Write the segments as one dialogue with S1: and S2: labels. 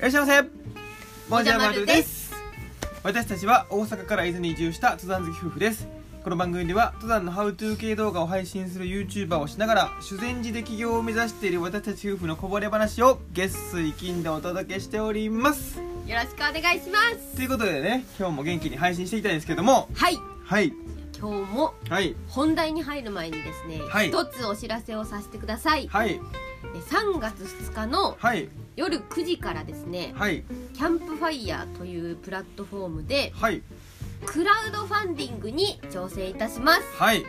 S1: らっしゃいませ
S2: もじゃまるです
S1: す私たちは大阪から伊豆に移住した登山好き夫婦ですこの番組では登山のハウトゥー系動画を配信する YouTuber をしながら修善寺で起業を目指している私たち夫婦のこぼれ話を月水金でお届けしております
S2: よろしくお願いします
S1: ということでね今日も元気に配信していきたいんですけども
S2: はい
S1: はい
S2: 今日も
S1: はい
S2: 本題に入る前にですね、
S1: はい
S2: 一つお知らせをさせてください、
S1: はい
S2: え3月2日の
S1: はい
S2: 夜9時からですね
S1: はい
S2: キャンプファイヤーというプラットフォームで
S1: はい
S2: クラウドファンディングに挑戦いたします
S1: はい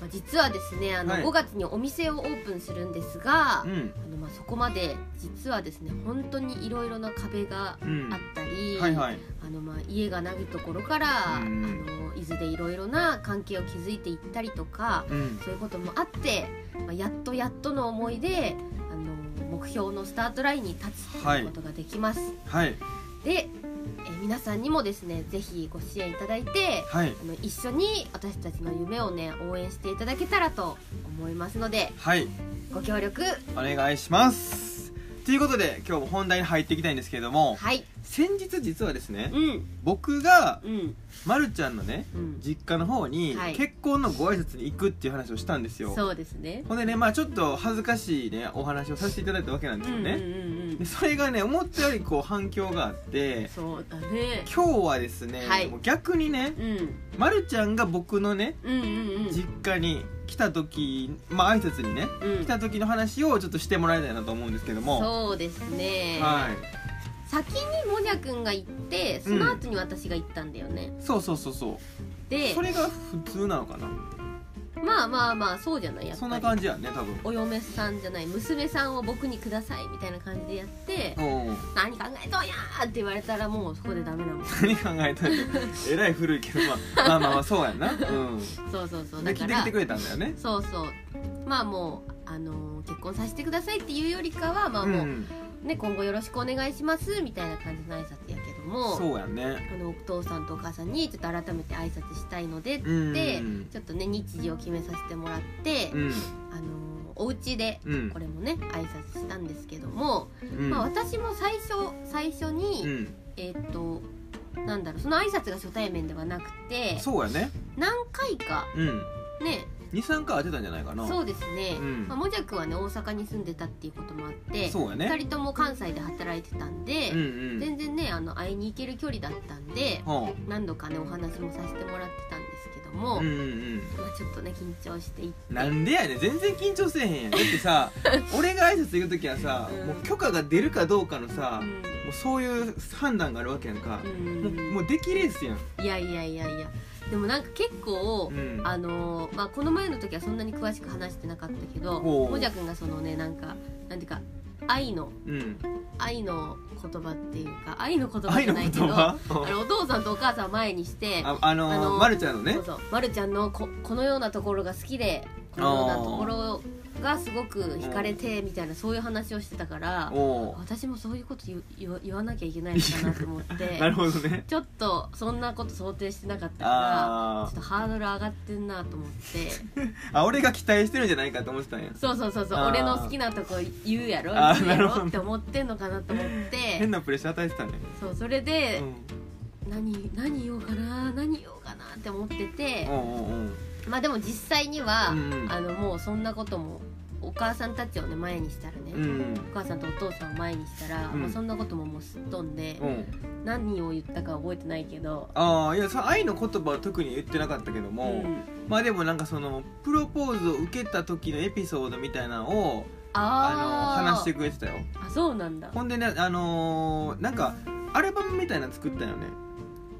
S2: まあ実はですねあの、
S1: はい
S2: 5月にお店をオープンするんですが、
S1: うん
S2: あのまあそこまで実はですね本当にいろいろな壁が
S1: うん
S2: あったり、
S1: はいはい
S2: あのまあ家がないところから、
S1: うん
S2: あの伊豆でいろいろな関係を築いていったりとか
S1: うん
S2: そういうこともあって、まあ、やっとやっとの思いであの目標のスタートラインに立つと
S1: はいいう
S2: ことができます、
S1: はい
S2: でえ皆さんにもですねぜひご支援いただいて
S1: はい
S2: あの一緒に私たちの夢をね応援していただけたらと思いますので
S1: はい
S2: ご協力
S1: お願いしますということで今日も本題に入っていきたいんですけれども
S2: はい
S1: 先日実はですね
S2: うん
S1: 僕が
S2: うん
S1: まるちゃんのね
S2: うん
S1: 実家の方に
S2: はい
S1: 結婚のご挨拶に行くっていう話をしたんですよ、
S2: そうですね
S1: ほんでねまあちょっと恥ずかしいねお話をさせていただいたわけなんですよね、
S2: うんうんうんう
S1: で
S2: ん
S1: それがね思ったよりこう反響があって
S2: そうだね
S1: 今日はですね、
S2: はい
S1: もう逆にね
S2: うん
S1: まるちゃんが僕のね
S2: うんうんうん
S1: 実家に来た時まあ挨拶にね
S2: うん
S1: 来た時の話をちょっとしてもらいたいなと思うんですけども
S2: そうですね、
S1: はい
S2: 先にもじゃくんが行ってその後に私が行ったんだよね、
S1: そうそうそうそう
S2: で
S1: それが普通なのかな
S2: まあまあまあそうじゃないやっぱり
S1: そんな感じやね多分
S2: お嫁さんじゃない娘さんを僕にくださいみたいな感じでやって
S1: うんうん
S2: 「何考えとんや!」って言われたらもうそこでダメなもん
S1: 何考えたんだよ えらい古いけど、まあ、まあまあまあそうやんなうん
S2: そうそうそう
S1: で聞いて
S2: だか
S1: き
S2: ら
S1: てくれたんだよね
S2: そうそうまあもうあのー結婚させてくださいっていうよりかはまあ
S1: う
S2: もう、
S1: ん
S2: ね今後よろしくお願いしますみたいな感じの挨拶やけども
S1: そうやんね
S2: あのお父さんとお母さんにちょっと改めて挨拶したいのでって、
S1: うん
S2: ちょっとね日時を決めさせてもらって、
S1: うん
S2: あのお家で
S1: うん
S2: これもね挨拶したんですけども、
S1: うん
S2: まあ、私も最初最初に、
S1: うん
S2: えーっとなんだろうその挨拶が初対面ではなくて
S1: そうやね
S2: 何回か
S1: うん
S2: ね
S1: 23回当てたんじゃないかな
S2: そうですね、
S1: うん
S2: まあ、もじゃくんはね大阪に住んでたっていうこともあって、
S1: そうや
S2: 2
S1: ね
S2: 人とも関西で働いてたんで、
S1: うんうん
S2: 全然ねあの会いに行ける距離だったんで
S1: は
S2: 何度かねお話もさせてもらってたんですけど
S1: あ
S2: も、
S1: うんうんうん
S2: まあ、ちょっとね緊張していって
S1: なんでやねん全然緊張せえへんやんだって さ俺が挨拶行く時はさ
S2: うん
S1: もう許可が出るかどうかのさ
S2: うん
S1: もうそういう判断があるわけやんか
S2: うん
S1: もうもうできレースやん
S2: いやいやいやいやでもなんか結構、
S1: うん
S2: あのーまあ、この前の時はそんなに詳しく話してなかったけど
S1: ほう
S2: もじゃくんがそのねなんかなんていうか愛の
S1: うん
S2: 愛の言葉っていうか愛の言葉
S1: 愛
S2: じゃ
S1: の
S2: な
S1: 言
S2: いけどあ
S1: 葉
S2: のお父さんとお母さんを前にして
S1: ああのー
S2: あのー
S1: まるちゃんのね
S2: そうそう、ま、るちゃんのここのようなところが好きでこのようなところがすごく惹かれてみたいなそういう話をしてたから
S1: おう
S2: 私もそういうこと言う言わ言わなきゃいけないのかなと思っ
S1: なる
S2: て
S1: ほどね
S2: ちょっとそんなこと想定してなかったからちょ
S1: あ
S2: っとハードル上がってんなと思って
S1: ーあ俺が期待してるんじゃないかと思ってたんや
S2: そうそうそうそう
S1: あー
S2: 俺の好きなとこ言うやろ
S1: あー
S2: 言うや
S1: なるほ
S2: ろ
S1: ど
S2: って思ってんのかなと思って
S1: 変なプレッシャー与えてたね、
S2: そうそれ
S1: う
S2: で、
S1: ん、
S2: 何何言おうかな何言おうかなって思ってて
S1: お、うおうおう
S2: まあでも実際には、
S1: うんうん
S2: あのもうそんなこともお母さんたちをね前にしたらね、
S1: うん
S2: お母さんとお父さんを前にしたら、
S1: うん
S2: まあ、そんなことももうすっ飛んで、
S1: うん
S2: 何を言ったか覚えてないけど、
S1: ああいやその愛の言葉は特に言ってなかったけど
S2: う
S1: も、
S2: ん、
S1: まあでもなんかそのプロポーズを受けた時のエピソードみたいなのをあ
S2: あー
S1: の話してくれてたよ
S2: あそうなんだ
S1: ほんでねあのーなんかアルバムみたいなの作ったよね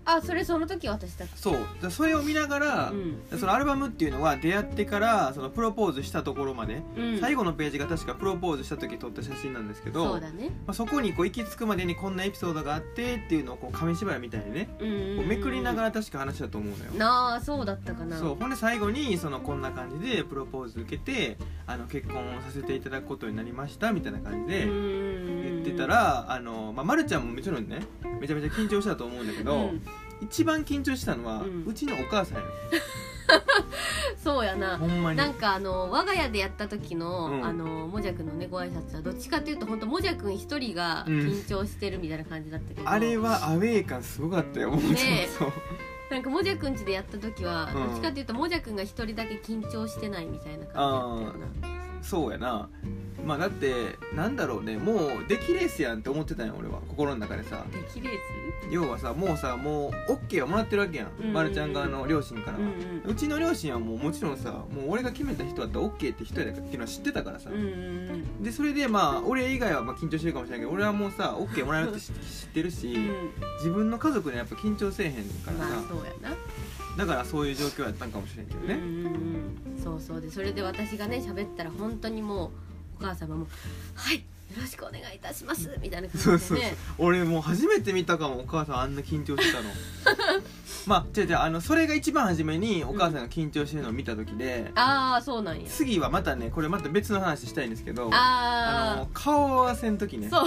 S2: あそれその時私だっ
S1: そうだからそれを見ながら、
S2: た、うん
S1: そのアルバムっていうのは出会ってからそのプロポーズしたところまで
S2: うん、
S1: 最後のページが確かプロポーズした時撮った写真なんですけど
S2: そうだね、
S1: まあ、そこにこう行き着くまでにこんなエピソードがあってっていうのをこう紙芝居みたいにね
S2: うんうん
S1: こ
S2: う
S1: うんめくりながら確か話だと思うのよ。
S2: なあそうだったかな
S1: そうほんで最後にそのこんな感じでプロポーズ受けてあの結婚をさせていただくことになりましたみたいな感じで言
S2: 言
S1: ってたらあの、まあ、まるちゃんももちろんねめちゃめちゃ緊張したと思うんだけど、一番緊張したのは、う
S2: うん
S1: ちのお母さんよ
S2: そうやな
S1: ほんまに
S2: なんかあの我が家でやった時の、
S1: うん
S2: あのもじゃくんのねご挨拶はどっちかっていうと本当もじゃくん一人が緊張してるみたいな感じだったけど、
S1: あれはアウェー感すごかったよもうちょ
S2: ね
S1: っと
S2: なんかもじゃくん家でやった時は、
S1: うん
S2: どっちかっていうともじゃくんが一人だけ緊張してないみたいな感じだったよな
S1: そうやなまあだってなんだろうねもうできレースやんって思ってたんよ俺は心の中でさ
S2: できれ
S1: 要はさもうさもう OK はもらってるわけやん、
S2: うん
S1: まるちゃん側の両親から
S2: ず
S1: は、
S2: う
S1: うん
S2: うん
S1: ちの両親はもうもちろんさもう俺が決めた人だったら OK って人やからっていうのは知ってたからさ、
S2: うんうんうん
S1: でそれでまあ俺以外はまあ緊張してるかもしれないけど俺はもうさ OK もらえるって知知ってるし、
S2: うん
S1: 自分の家族にはやっぱ緊張せえへんからさ
S2: まあそうやな
S1: だからそういう状況やったんかもしれんけど
S2: う
S1: ね、
S2: んうんうんそうそうでそれで私がね喋ったら本当にもうお母様も「はいよろしくお願いいたします」みたいな感じで
S1: そう
S2: ね
S1: そうそう俺もう初めて見たかもお母さんあんな緊張して たのまあ違う違うあのそれが一番初めにお母さんが緊張してるのを見た時で、
S2: ああそうなんや
S1: 次はまたねこれまた別の話したいんですけどあ
S2: あ
S1: の顔合わせん時
S2: あ
S1: ね
S2: そう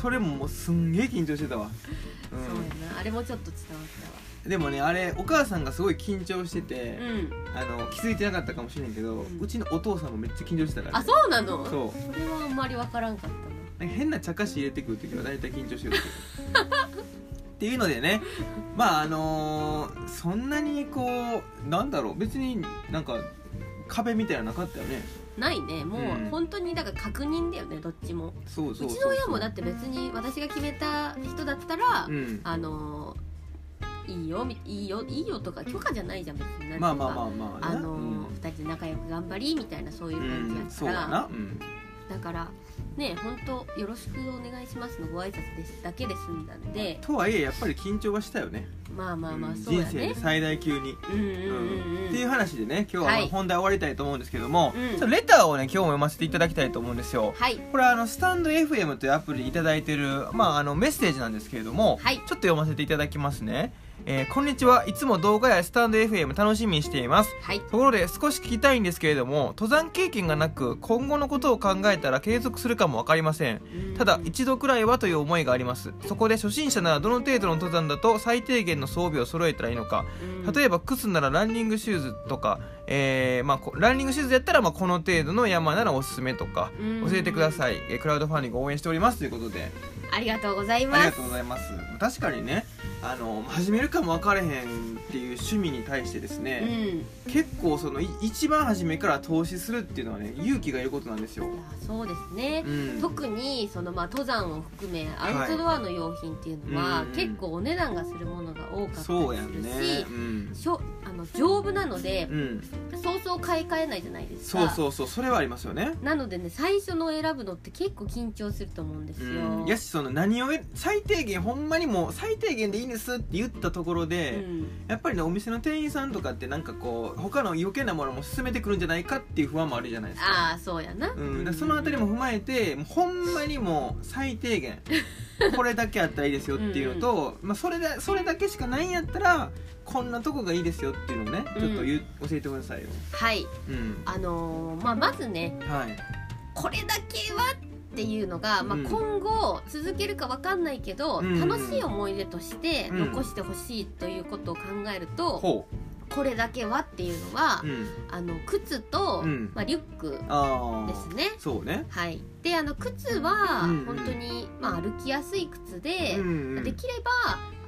S1: それももうすんげえ緊張してたわ、うん
S2: そうやなあれもちょっと伝わっ
S1: でもねあれお母さんがすごい緊張してて
S2: た、わうん
S1: あの気づいてなかったかもしれんけど、うんちのお父さんもめっちゃ緊張してたから
S2: あ
S1: ね、
S2: そうなの
S1: そう
S2: れはあんまりわからんかったな
S1: なんか変な茶化し入れてくる時は大体緊張してるっていうのでねまああのーそんなにこうなんだろう別になんか壁みたいなのなかったよね
S2: ないねも
S1: う
S2: うん本当にだから確認だよねどっちも
S1: そう
S2: う
S1: そうそう
S2: ちの親もだってて別に私が決めた人だったら、
S1: うん
S2: あのいいよみいいよいいよとか許可じゃないじゃん別になんていうか
S1: まあまあまあまあ
S2: あ
S1: ね
S2: の、
S1: うん
S2: 二人で仲良く頑張りみたいなそういう感じ
S1: う
S2: や
S1: ん、
S2: か
S1: そう
S2: ら、
S1: だな、うん、
S2: だからね本当よろしくお願いしますのご挨拶ですだけで済んだんで
S1: とはいえやっぱり緊張はしたよね
S2: まあまあま
S1: う
S2: あ
S1: ん
S2: そうや
S1: 人生で
S2: ね
S1: 最大級に、
S2: うんうん
S1: うん
S2: うんうん
S1: っていう話でね今日はま
S2: は
S1: あ
S2: い
S1: 本題終わりたいと思うんですけども、
S2: うん
S1: ちょっとレターをね今日も読ませていただきたいと思うんですよ
S2: はい
S1: これはあのスタンド FM というアプリにいただいてる、まあ、あのメッセージなんですけれども、
S2: は
S1: ち
S2: い
S1: ょっと読ませていただきますね、えーこんにちはいつも動画やスタンド FM 楽しみにしています
S2: はい
S1: ところで少し聞きたいんですけれども登山経験がなく今後のことを考えたら継続するかも分かりませんただ一度くらいはという思いがありますそこで初心者ならどの程度の登山だと最低限の装備を揃えたらいいのか例
S2: え
S1: えば靴ならランニングシューズとか、えーまあ、こランニングシューズやったらまあこの程度の山ならおすすめとか教えてくだ
S2: い
S1: さい、えークラウドファンディング応援しておりますということで
S2: ありがとうござい
S1: あり
S2: ま
S1: が
S2: す
S1: とうございます確かにねあの始めるかも分かれへんっていう趣味に対してです
S2: うん、
S1: ね、
S2: い
S1: 結構そのい一番初めから投資するっていうのはね勇気がいることなんですよ、
S2: やそうですね
S1: う、ん、
S2: 特にそのまあ登山を含めアウトドアの用品っていうのは、
S1: うんうん
S2: 結構お値段がするものが多かったりす
S1: そうやん
S2: る
S1: ね
S2: し
S1: うん、
S2: しょあの丈夫なので
S1: う、ん、
S2: そうそう買い替えないじゃないです
S1: そ
S2: か
S1: うそうそうそれはありますよね
S2: なのでね最初の選ぶのって結構緊張すると思うんです
S1: う
S2: よ、
S1: ん、やしその何をえ最低限ほんまにもう最低限でいいんですって言ったところ
S2: う
S1: で、
S2: ん
S1: やっぱりねお店の店員さんとかってなんかこう他の余計なものも勧めてくるんじゃないかっていう不安もあるじゃないですか
S2: ああそうやな、
S1: うん、だからそのあたりも踏まえてもうほんまにもう最低 限これだけあったらいいですよっていうのとまあ、それだそれだけしかないんやったらこんなとこがいいですよっていうのをねちょっと言う、教えてくださいよ、
S2: はい
S1: うん
S2: あのーまあまずね
S1: はい、
S2: これだけはっていうのが、まあ、
S1: うん
S2: 今後続けるかわかんないけど、
S1: うん
S2: 楽しい思い出として
S1: うん
S2: 残してほしいということを考えると、
S1: ほ
S2: これだけはっていうのは、
S1: う、うん、
S2: あの靴と、
S1: うん
S2: まあ、リュック
S1: ああ
S2: ですね。
S1: そうね、
S2: はい、であの靴は
S1: うんうん
S2: 本当に、まあ、歩きやすい靴で、
S1: うんうん、
S2: できれば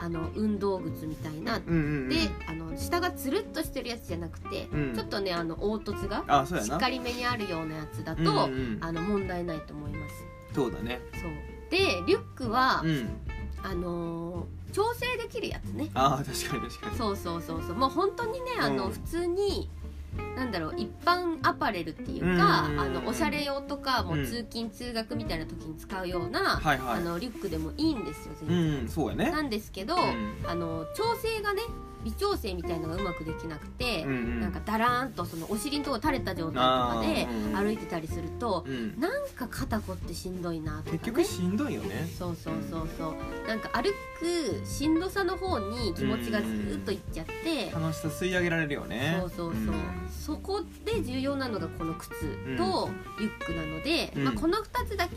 S2: あの運動靴みたいな、
S1: うんうんうん、
S2: であの下がつるっとしてるやつじゃなくて、
S1: うん
S2: ちょっとねあの凹凸が
S1: あそうや
S2: し
S1: な
S2: っかりめにあるようなやつだと、
S1: うんうんうん
S2: あの問題ないと思います。
S1: そうだね
S2: そうでリュックは、
S1: うん
S2: あのー調整できるやつね
S1: ああ確かに確かに
S2: そうそうそうそうもう本当にねあの、
S1: うん
S2: 普通になんだろう一般アパレルっていうか、
S1: うん
S2: あのおしゃれ用とかも
S1: う
S2: うん通勤通学みたいな時に使うような、
S1: はいはい
S2: あのリュックでもいいんですよ全
S1: う
S2: 然、
S1: んそうやね
S2: なんですけど、
S1: うん
S2: あの調整がね微調整みたいのがうまくできなくて、
S1: うんうん
S2: なんかだらーんとそのお尻のとこ垂れた状態とかで
S1: あーうんうん
S2: 歩いてたりすると、
S1: うん
S2: なんか肩こってしんどいなとか、ね、
S1: 結局しんどいよね
S2: そうそうそうそうなんか歩くしんどさの方に気持ちがずーっといっちゃって、
S1: 楽しさ吸い上げられるよね
S2: そうそうそう、そこで重要なのがこの靴とリュックなので、
S1: うん
S2: まあ、この2つだけ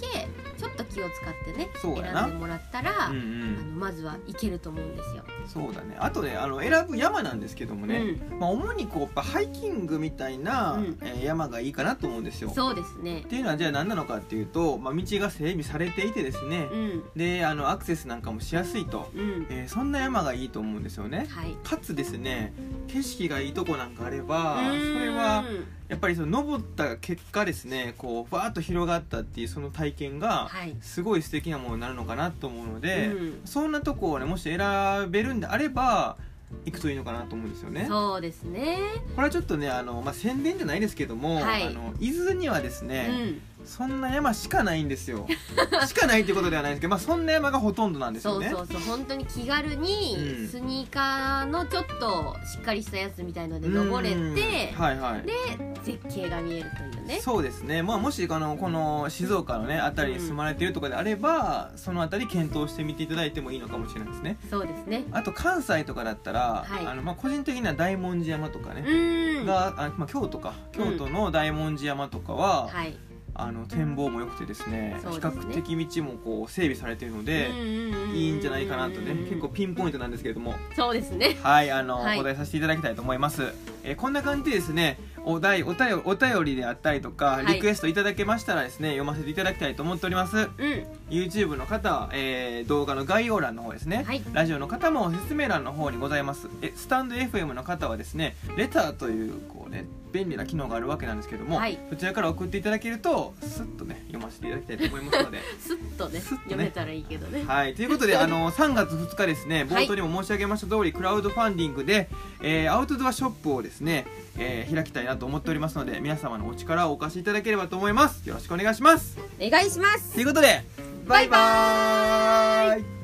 S2: ちょっと気を使ってね
S1: そうやな
S2: 選んでもらったら、
S1: うんう
S2: あの
S1: ん
S2: まずはいけると思うんですよ。
S1: そうだねあとねあの選選ぶ山なんですけどもね、
S2: うん
S1: まあ、主にこうやっぱハイキングみたいな、
S2: うん
S1: えー山がいいかなと思うんですよ。っ
S2: そうですね
S1: ていうのはじゃあ何なのかっていうと、まあ、道が整備されていてですね、
S2: うん
S1: であのアクセスなんかもしやすいと、
S2: うん
S1: えーそんな山がいいと思うんですよね。
S2: はい
S1: かつですね景色がいいとこなんかあれば
S2: うーん
S1: それはやっぱりその登った結果ですねこうわーっと広がったっていうその体験が
S2: はい
S1: すごい素敵なものになるのかなと思うので、
S2: うん
S1: そんなとこをねもし選べるんであれば行くといいのかなと思うんですよね。こ
S2: そうですね
S1: れはちょっとねあの、まあ、宣伝じゃないですけども、
S2: はい
S1: あの伊豆にはです
S2: う
S1: ね、
S2: ん
S1: そんな山しかないんです よ。しかないってことではないですけど、まあ、そんな山がほとんどなんです
S2: そ
S1: よ
S2: う
S1: ね。
S2: そうそう本当に気軽
S1: うん
S2: にスニーカーのちょっとしっかりしたやつみたいので登れて
S1: うんはいはい、
S2: 絶景が見えるというね
S1: そうですね、まあ、もしあのこの静岡のね辺りに住まれてるとかであれば、その辺り検討してみていただいてもいいのかもしれないですね
S2: そうですね
S1: あと関西とかだったら、
S2: はい
S1: あのまあ、個人的には大文字山とか
S2: う
S1: ね、
S2: んは
S1: があまあ、京都か京都の大文字山とかは、
S2: い
S1: あの展望も良くてですね
S2: そう
S1: 比
S2: です
S1: 較
S2: ね
S1: 的道もこう整備されてるので、い
S2: い
S1: いんじゃないかなとね結構ピンポイントなんですけれども
S2: そうですね
S1: はい、あの、
S2: はい
S1: お題させていただきたいと思います。えーこんな感じでですね、お題、お便り、お便りであったりとか、
S2: はい
S1: リクエストいただけましたらですね、読ませていただきたいと思っております。
S2: うん、
S1: YouTube の方、えー動画の概要欄の方ですね、
S2: はい
S1: ラジオの方も説明欄の方にございます。え、スタンド FM の方はですね、レターという、こうね、便利な機能があるわけなんですけども、
S2: はい
S1: そちらから送っていただけると、スッとね、読ませていただきたいと思いますので。
S2: スッとね
S1: スッとね
S2: 読めたらいいけどね。
S1: はい、ということで、あの3月2日ですね、冒頭にも申し上げました通り、クラウドファンディングで、えーアウトドアショップをですね、えー開きたいなと思っておりますので、皆様のお力をお貸しいただければと思います。よろしくお願いします。
S2: お願いします
S1: と。いうことで、バイバーイ